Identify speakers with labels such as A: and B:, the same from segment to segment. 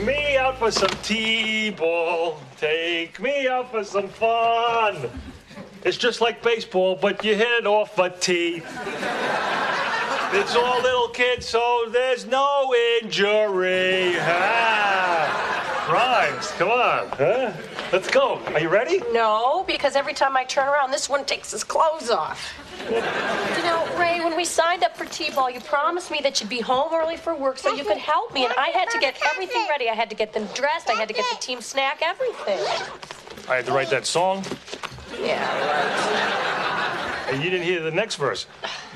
A: me out for some t-ball. Take me out for some fun. It's just like baseball, but you hit it off a tee. It's all little kids, so there's no injury. Ah, rhymes. Come on, huh? Let's go. Are you ready?
B: No, because every time I turn around, this one takes his clothes off. you know, Ray, when we signed up for T-ball, you promised me that you'd be home early for work so you could help me, and I had to get everything ready. I had to get them dressed. I had to get the team snack, everything.
A: I had to write that song,
B: Yeah.
A: and you didn't hear the next verse.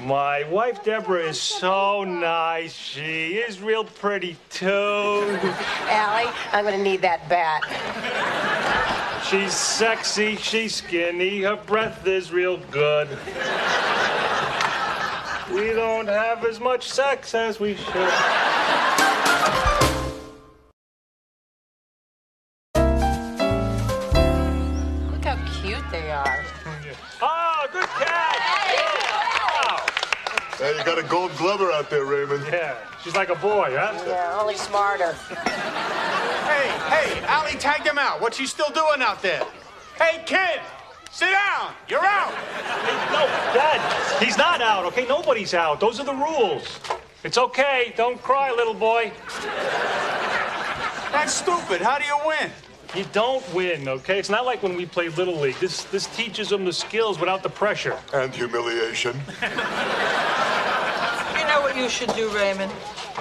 A: My wife Deborah is so nice. She is real pretty too.
B: Allie, I'm gonna need that bat.
A: She's sexy, she's skinny, her breath is real good. We don't have as much sex as we should.
B: Look how cute they are.
A: Oh, good catch! Wow.
C: Hey, you got a gold glover out there, Raymond.
A: Yeah, she's like a boy, huh?
B: Yeah, only smarter.
D: Hey, hey, Allie tagged him out. What you still doing out there? Hey, kid, sit down. You're out.
A: No, Dad, he's not out, okay? Nobody's out. Those are the rules. It's okay. Don't cry, little boy.
D: That's stupid. How do you win?
A: You don't win, okay? It's not like when we played Little League. This, this teaches them the skills without the pressure.
C: And humiliation.
E: You know what you should do, Raymond?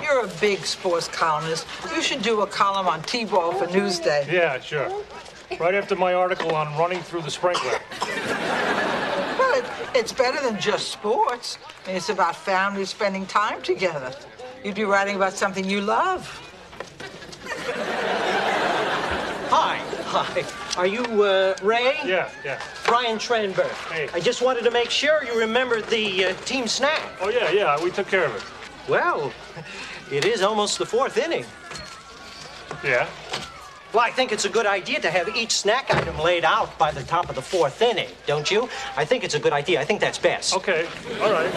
E: You're a big sports columnist. You should do a column on T-ball for Newsday.
A: Yeah, sure. Right after my article on running through the sprinkler.
E: Well, it, it's better than just sports. I mean, it's about families spending time together. You'd be writing about something you love.
F: Hi. Hi. Are you uh, Ray?
A: Yeah, yeah.
F: Brian Tranberg.
A: Hey.
F: I just wanted to make sure you remembered the uh, team snack.
A: Oh, yeah, yeah, we took care of it.
F: Well, it is almost the fourth inning.
A: Yeah.
F: Well, I think it's a good idea to have each snack item laid out by the top of the fourth inning, don't you? I think it's a good idea. I think that's best.
A: Okay, all right.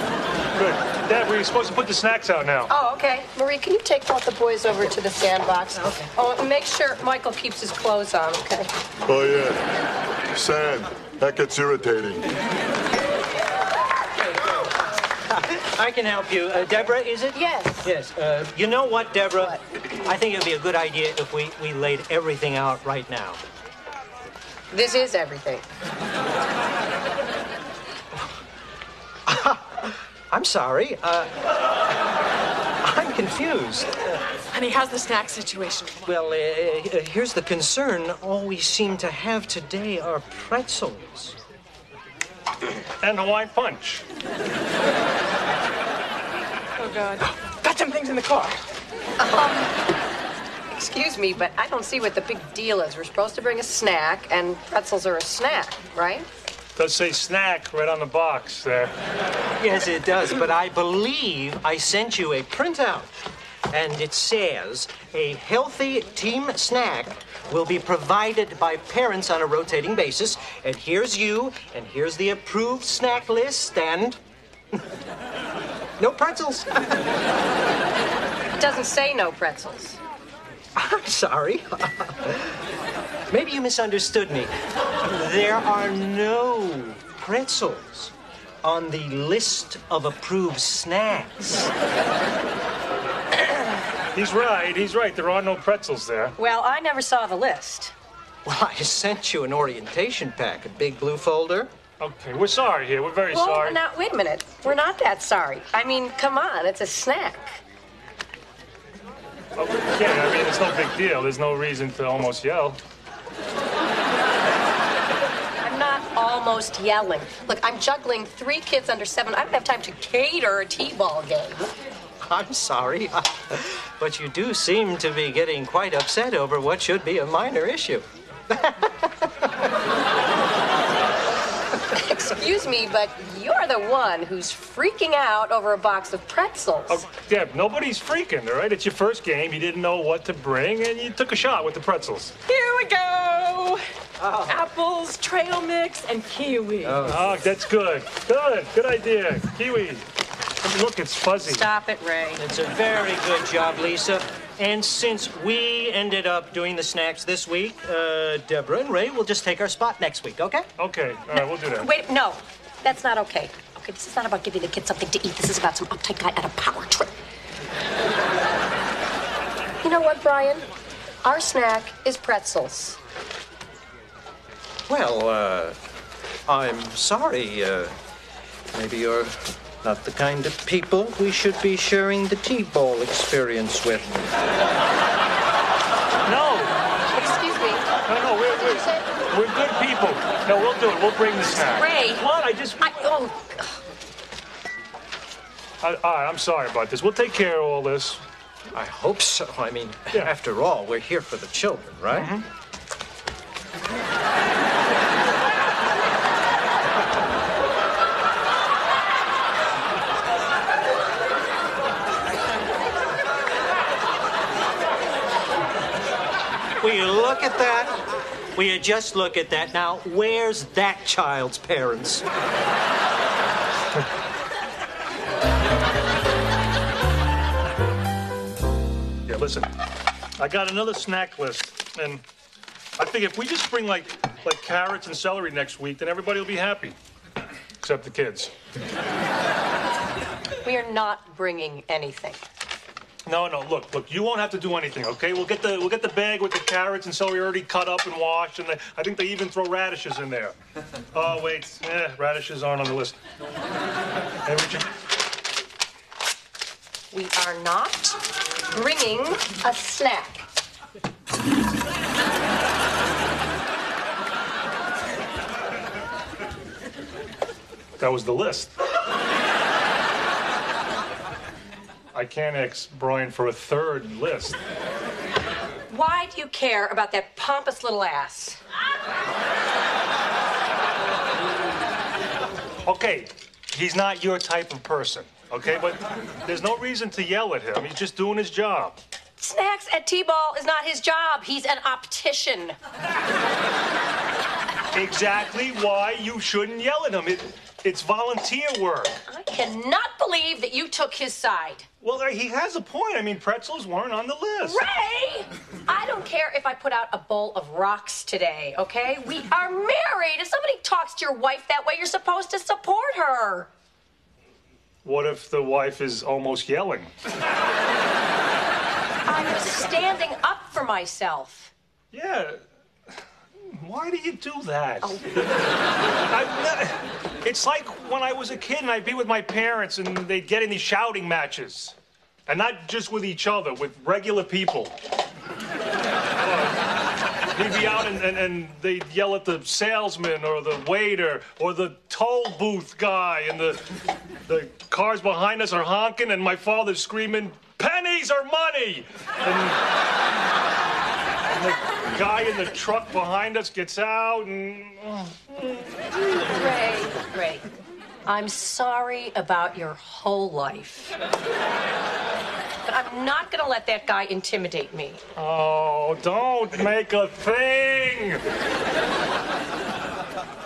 A: Good. Dad, we're supposed to put the snacks out now.
B: Oh, okay. Marie, can you take both the boys over to the sandbox? Okay. Oh, and make sure Michael keeps his clothes on, okay?
C: Oh, yeah. Sand. That gets irritating.
F: I can help you. Uh, Deborah, is it?
B: Yes.
F: Yes. Uh, you know what, Deborah? I think it'd be a good idea if we, we laid everything out right now.
B: This is everything.
F: I'm sorry. Uh, I'm confused.
G: Honey, how's the snack situation?
F: Well, uh, uh, here's the concern. All we seem to have today are pretzels.
A: And Hawaiian Punch.
G: Oh, God.
F: Got some things in the car.
B: Excuse me, but I don't see what the big deal is. We're supposed to bring a snack, and pretzels are a snack, right?
A: Does say snack right on the box there.
F: Yes, it does, but I believe I sent you a printout. And it says a healthy team snack will be provided by parents on a rotating basis. And here's you, and here's the approved snack list, and. no pretzels.
B: It doesn't say no pretzels.
F: I'm sorry. Maybe you misunderstood me. There are no pretzels on the list of approved snacks.
A: He's right, he's right. There are no pretzels there.
B: Well, I never saw the list.
F: Well, I sent you an orientation pack, a big blue folder.
A: Okay, we're sorry here. We're very
B: Well,
A: sorry.
B: now, wait a minute. We're not that sorry. I mean, come on, it's a snack.
A: Okay, I mean, it's no big deal. There's no reason to almost yell.
B: I'm not almost yelling. Look, I'm juggling three kids under seven. I don't have time to cater a T-ball game.
F: I'm sorry. but you do seem to be getting quite upset over what should be a minor issue.
B: Excuse me, but you're the one who's freaking out over a box of pretzels.
A: Oh, Deb, nobody's freaking, all right? It's your first game. You didn't know what to bring, and you took a shot with the pretzels.
G: Here we go. Apples, trail mix, and kiwi.
A: Oh, that's good. Good, good idea. Kiwi. I mean, look, it's fuzzy.
B: Stop it, Ray.
F: It's a very good job, Lisa. And since we ended up doing the snacks this week, uh, Deborah and Ray will just take our spot next week, okay?
A: Okay, all right, we'll do that.
B: Wait, no, that's not okay. Okay, this is not about giving the kids something to eat. This is about some uptight guy at a power trip. you know what, Brian? Our snack is pretzels.
F: Well, uh, I'm sorry. Uh, maybe you're not the kind of people we should be sharing the T-ball experience with.
A: No,
B: Excuse me.
A: no, no, we're,
B: Did you say?
A: we're, we're good people. No, we'll do it. We'll bring the snack.
B: Ray.
A: Come on, I just.
B: I, oh,
A: I, all right, I'm sorry about this. We'll take care of all this.
F: I hope so. I mean,
A: Yeah.
F: after all, we're here for the children, right? Will you look at that? Will you just look at that? Now, where's that child's parents?
A: Yeah, listen, I got another snack list, and I think if we just bring like like carrots and celery next week, then everybody will be happy, except the kids.
B: we are not bringing anything.
A: No, no, look, look, you won't have to do anything, okay? We'll get the we'll get the bag with the carrots and celery already cut up and washed, and they, I think they even throw radishes in there. Oh wait, eh, radishes aren't on the list. Hey, Richard,
B: We are not bringing a snack.
A: that was the list. I can't ask Brian for a third list.
B: Why do you care about that pompous little ass?
A: Okay, he's not your type of person, okay? But there's no reason to yell at him. He's just doing his job.
B: Snacks at T-ball is not his job. He's an optician.
A: Exactly why you shouldn't yell at him. It, it's volunteer work.
B: I cannot believe that you took his side.
A: Well, he has a point. I mean, pretzels weren't on the list.
B: Ray, I don't care if I put out a bowl of rocks today, okay? We are married. If somebody talks to your wife that way, you're supposed to support her.
A: What if the wife is almost yelling?
B: I'm standing up for myself.
A: Yeah. Why do you do that? I'm not- it's like when I was a kid and I'd be with my parents and they'd get in these shouting matches. And not just with each other, with regular people. Uh, We'd be out and, and, and they'd yell at the salesman or the waiter or the toll booth guy, and the, the cars behind us are honking, and my father's screaming, Pennies are money! The guy in the truck behind us gets out and.
B: Ray, Ray, I'm sorry about your whole life. But I'm not gonna let that guy intimidate me.
A: Oh, don't make a thing!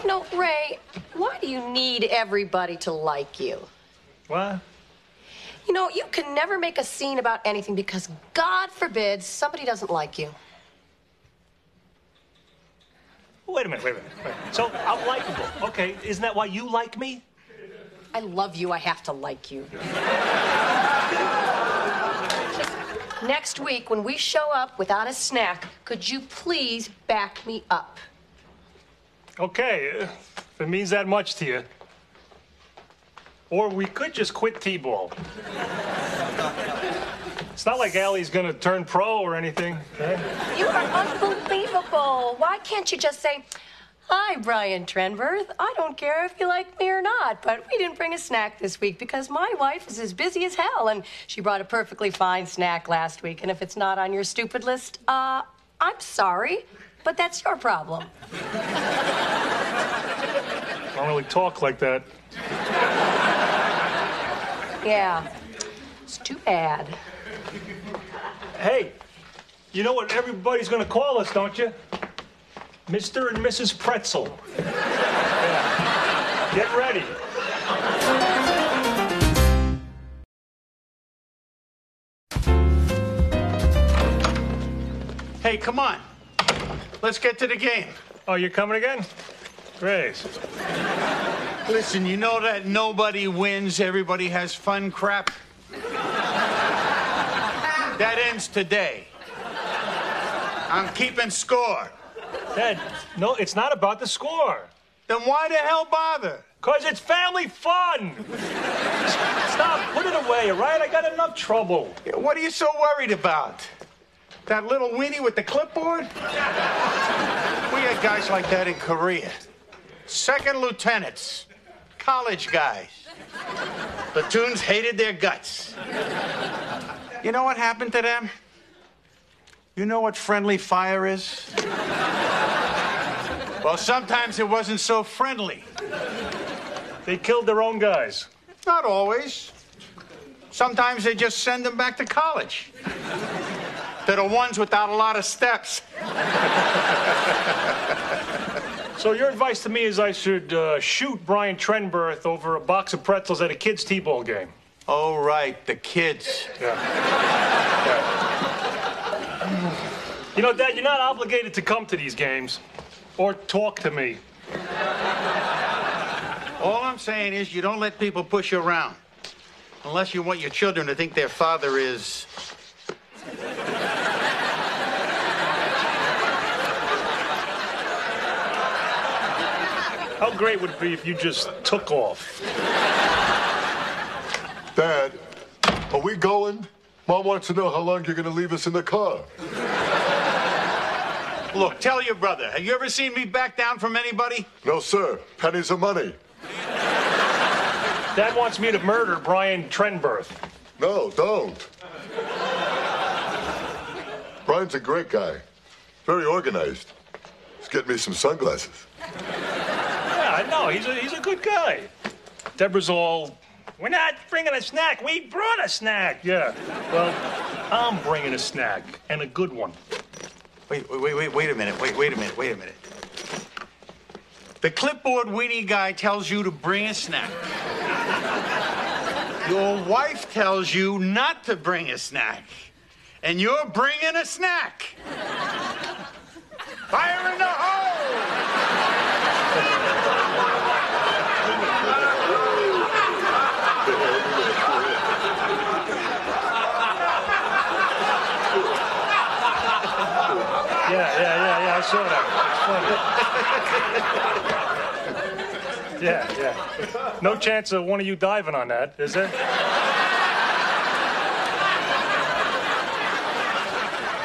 B: No, Ray, why do you need everybody to like you?
A: What?
B: You know, you can never make a scene about anything because, God forbid, somebody doesn't like you.
A: Wait a minute, wait a minute. wait. So I'm likable. Okay, isn't that why you like me?
B: I love you, I have to like you. Next week, when we show up without a snack, could you please back me up?
A: Okay, if it means that much to you. Or we could just quit T ball. It's not like Allie's gonna turn pro or anything.
B: You are unbelievable. Why can't you just say, Hi, Brian Trenberth. I don't care if you like me or not, but we didn't bring a snack this week because my wife is as busy as hell, and she brought a perfectly fine snack last week. And if it's not on your stupid list, uh, I'm sorry, but that's your problem.
A: I don't really talk like that.
B: Yeah. It's too bad.
A: Hey, you know what everybody's gonna call us, don't you? Mr. and Mrs. Pretzel. Yeah. Get ready.
D: Hey, come on. Let's get to the game.
A: Oh, you're coming again? Great.
D: Listen, you know that nobody wins, everybody has fun crap. that ends today. I'm keeping score.
A: Dad, no, it's not about the score.
D: Then why the hell bother?
A: Because it's family fun. Stop, put it away, all right? I got enough trouble.
D: Yeah, What are you so worried about? That little weenie with the clipboard? we had guys like that in Korea. Second lieutenants, college guys. Platoons hated their guts. You know what happened to them? You know what friendly fire is? well, sometimes it wasn't so friendly.
A: They killed their own guys.
D: Not always. Sometimes they just send them back to college. They're the ones without a lot of steps.
A: So your advice to me is I should uh, shoot Brian Trenberth over a box of pretzels at a kid's T-ball game.
D: Oh, right, the kids.
A: You know, Dad, you're not obligated to come to these games or talk to me.
D: All I'm saying is you don't let people push you around. Unless you want your children to think their father is.
A: How great would it be if you just took off?
C: Dad, are we going? Mom wants to know how long you're going to leave us in the car.
D: Look, tell your brother, have you ever seen me back down from anybody?
C: No, sir. Pennies are money.
A: Dad wants me to murder Brian Trenberth.
C: No, don't. Brian's a great guy. Very organized. He's getting me some sunglasses.
A: Yeah, I know. He's a, he's a good guy. Deborah's all, we're not bringing a snack. We brought a snack. Yeah. Well, I'm bringing a snack and a good one.
D: Wait, wait, wait, wait, wait a minute. Wait, wait a minute. Wait a minute. The clipboard weenie guy tells you to bring a snack. Your wife tells you not to bring a snack. And you're bringing a snack. Fire in the hole!
A: Yeah, yeah, yeah, yeah. I saw that. It's funny. Yeah, yeah. No chance of one of you diving on that, is there?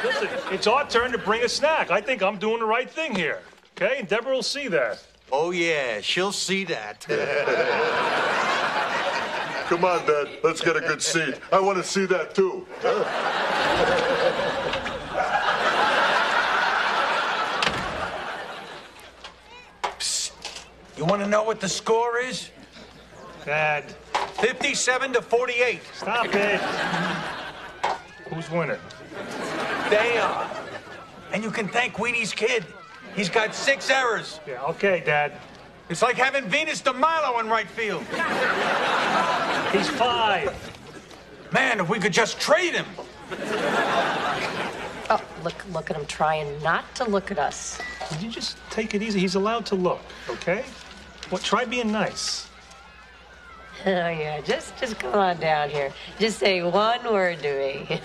A: Listen, it's our turn to bring a snack. I think I'm doing the right thing here. Okay? And Deborah will see that.
D: Oh, yeah, she'll see that.
C: Come on, Dad. Let's get a good seat. I want to see that too.
H: You want to know what the score is?
A: Dad,
H: 57 to 48.
A: stop it. Who's winning?
H: They are. And you can thank Weenie's kid. He's got six errors.
A: Yeah, okay, Dad.
H: It's like having Venus de Milo in right field.
A: He's five.
H: Man, if we could just trade him.
B: Oh, look, look at him trying not to look at us.
A: Would you just take it easy? He's allowed to look, okay? Well, try being nice.
B: Oh yeah, just just come on down here. Just say one word to me. Why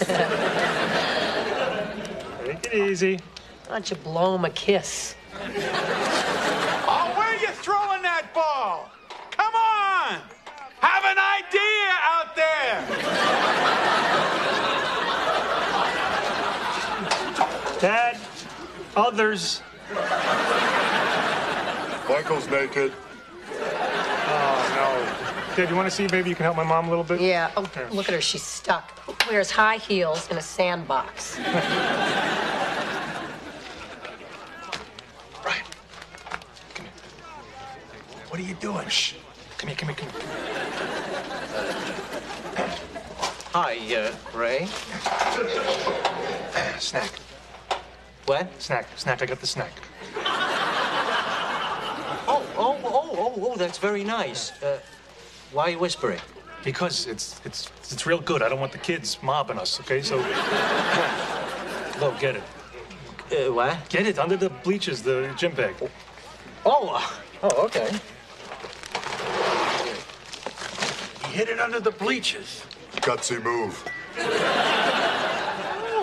A: Take it easy.
B: don't you blow him a kiss?
D: Oh, where are you throwing that ball? Come on! Have an idea out there!
A: Dad, others.
C: Michael's naked.
A: Dad, you want to see? Maybe you can help my mom a little bit.
B: Yeah. Oh, look at her. She's stuck. Wears high heels in a sandbox.
H: What are you doing? Shh.
A: Come here, come here, come here.
F: Hi, uh, Ray.
A: Snack,
F: What?
A: snack, snack. I got the snack.
F: Oh, oh, oh, oh, oh, that's very nice. Uh, why are you whispering?
A: Because it's it's it's real good. I don't want the kids mobbing us. Okay, so go get it.
F: Uh, what?
A: Get it under the bleachers, the gym bag.
F: Oh, uh, oh, okay.
H: He hid it under the bleachers.
C: Gutsy move.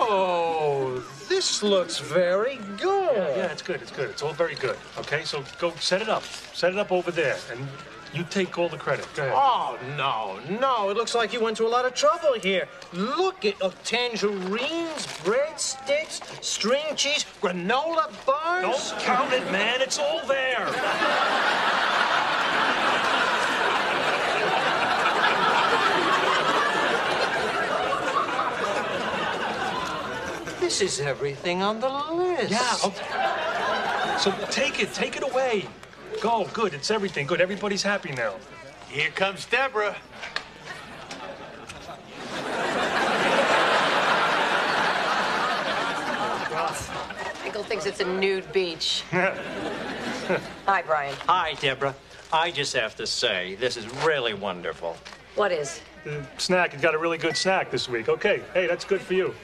F: Oh, this looks very good.
A: Yeah, it's good. It's good. It's all very good. Okay, so go set it up. Set it up over there, and you take all the credit. Go ahead.
F: Oh, no, no. It looks like you went to a lot of trouble here. Look at oh, tangerines, breadsticks, string cheese, granola bars.
A: Don't count it, man. It's all there.
F: This is everything on the list.
A: Yeah. okay. So take it. Take it away. Go. Good. It's everything. Good. Everybody's happy now.
D: Here comes Deborah.
B: Michael thinks it's a nude beach. Hi, Brian.
I: Hi, Deborah. I just have to say, this is really wonderful.
B: What is?
A: Uh, snack. You got a really good snack this week. Okay. Hey, that's good for you.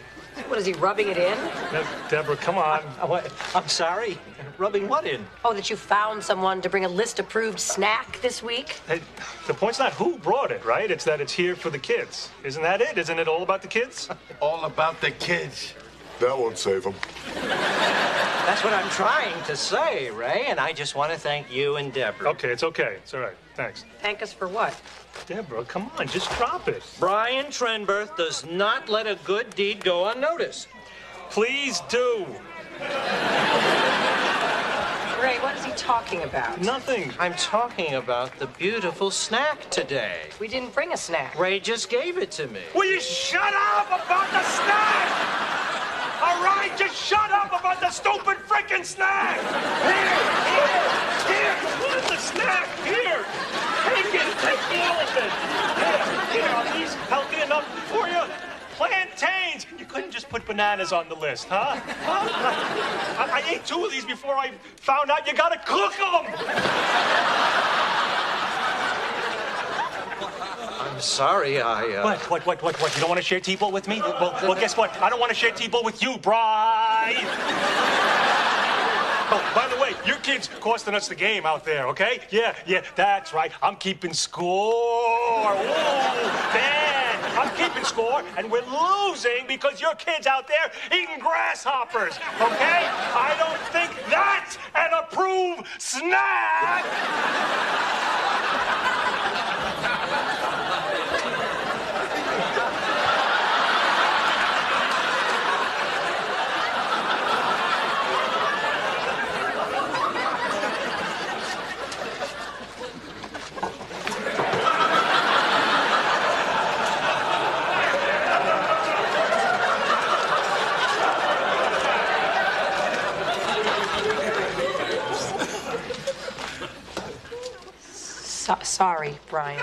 B: What is he rubbing it in?
A: Now, Deborah, come on.
F: Uh,
I: Oh, what? I'm sorry. Rubbing what in?
B: Oh, that you found someone to bring a list approved snack this week?
A: Hey, the point's not who brought it, right? It's that it's here for the kids. Isn't that it? Isn't it all about the kids?
D: All about the kids.
C: That won't save him.
I: That's what I'm trying to say, Ray, and I just want to thank you and Deborah.
A: Okay, it's okay. It's all right. Thanks.
B: Thank us for what?
A: Deborah, come on. Just drop it.
I: Brian Trenberth does not let a good deed go unnoticed.
A: Please do.
B: Ray, what is he talking about?
A: Nothing.
I: I'm talking about the beautiful snack today.
B: We didn't bring a snack.
I: Ray just gave it to me.
H: Will you shut up about the snack? All right, just shut up about the stupid freaking snack! Here, here, here!
A: What is the snack? Here. Take it. Take all of it. Here, here. Are these healthy enough for you? Plantains. You couldn't just put bananas on the list, huh? Huh? I, I ate two of these before I found out you gotta cook them.
I: I'm sorry, I. Uh...
A: What? What? What? What? What? You don't want to share T-ball with me? Well, well, guess what? I don't want to share T-ball with you, Bry. Oh, by the way, your kid's costing us the game out there, okay? Yeah, yeah, that's right. I'm keeping score. Whoa, man. I'm keeping score, and we're losing because your kid's out there eating grasshoppers, okay? I don't think that's an approved snack.
B: So- sorry, Brian.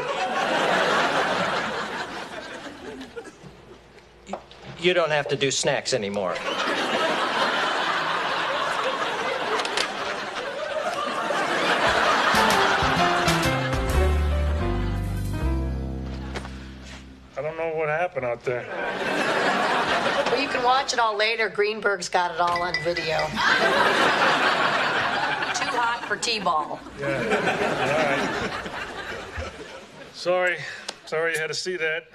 I: You don't have to do snacks anymore.
A: I don't know what happened out there.
B: Well, you can watch it all later. Greenberg's got it all on video. Too hot for T-ball.
A: Sorry, sorry you had to see that.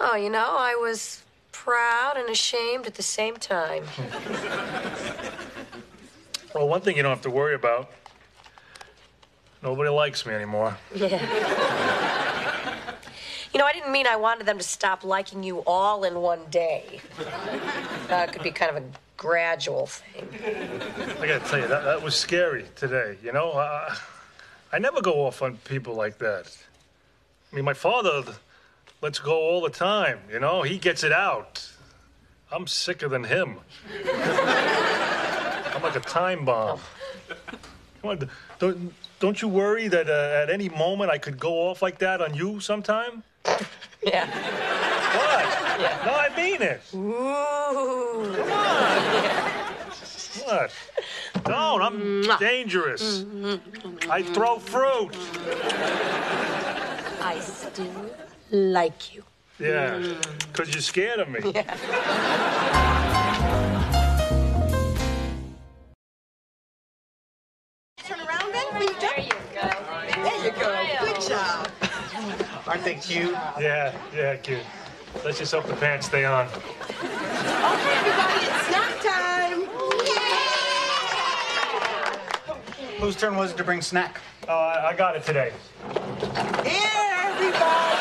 B: Oh, you know, I was proud and ashamed at the same time.
A: Well, one thing you don't have to worry about. Nobody likes me anymore.
B: Yeah. You know, I didn't mean I wanted them to stop liking you all in one day. Uh, it could be kind of a gradual thing.
A: I gotta tell you, that, that was scary today. You know, I, I never go off on people like that. I mean, my father lets go all the time. You know, he gets it out. I'm sicker than him. I'm like a time bomb. Come on, don't, don't you worry that uh, at any moment I could go off like that on you sometime?
B: Yeah.
A: What? No, I mean it.
B: Ooh.
A: What? Don't. I'm dangerous. I throw fruit.
B: I still like you.
A: Yeah, because you're scared of me.
I: cute?
A: Yeah, yeah, cute. Let's just hope the pants stay on.
J: Okay, everybody, it's snack time.
D: Whose turn was it to bring snack?
A: Uh, I got it today.
E: Here, everybody!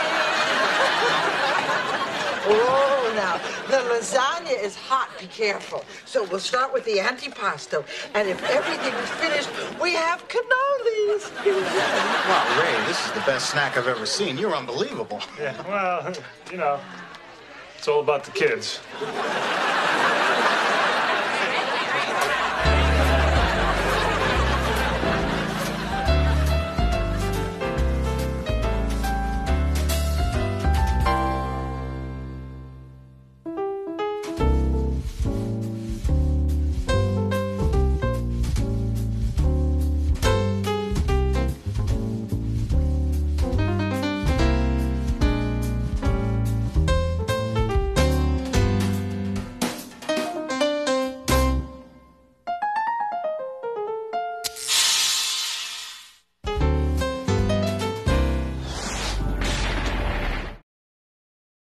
E: Oh, now, the lasagna is hot, be careful. So we'll start with the antipasto, and if everything is finished, we have cannolis.
D: Wow, Ray, this is the best snack I've ever seen. You're unbelievable.
A: Yeah, well, you know, it's all about the kids.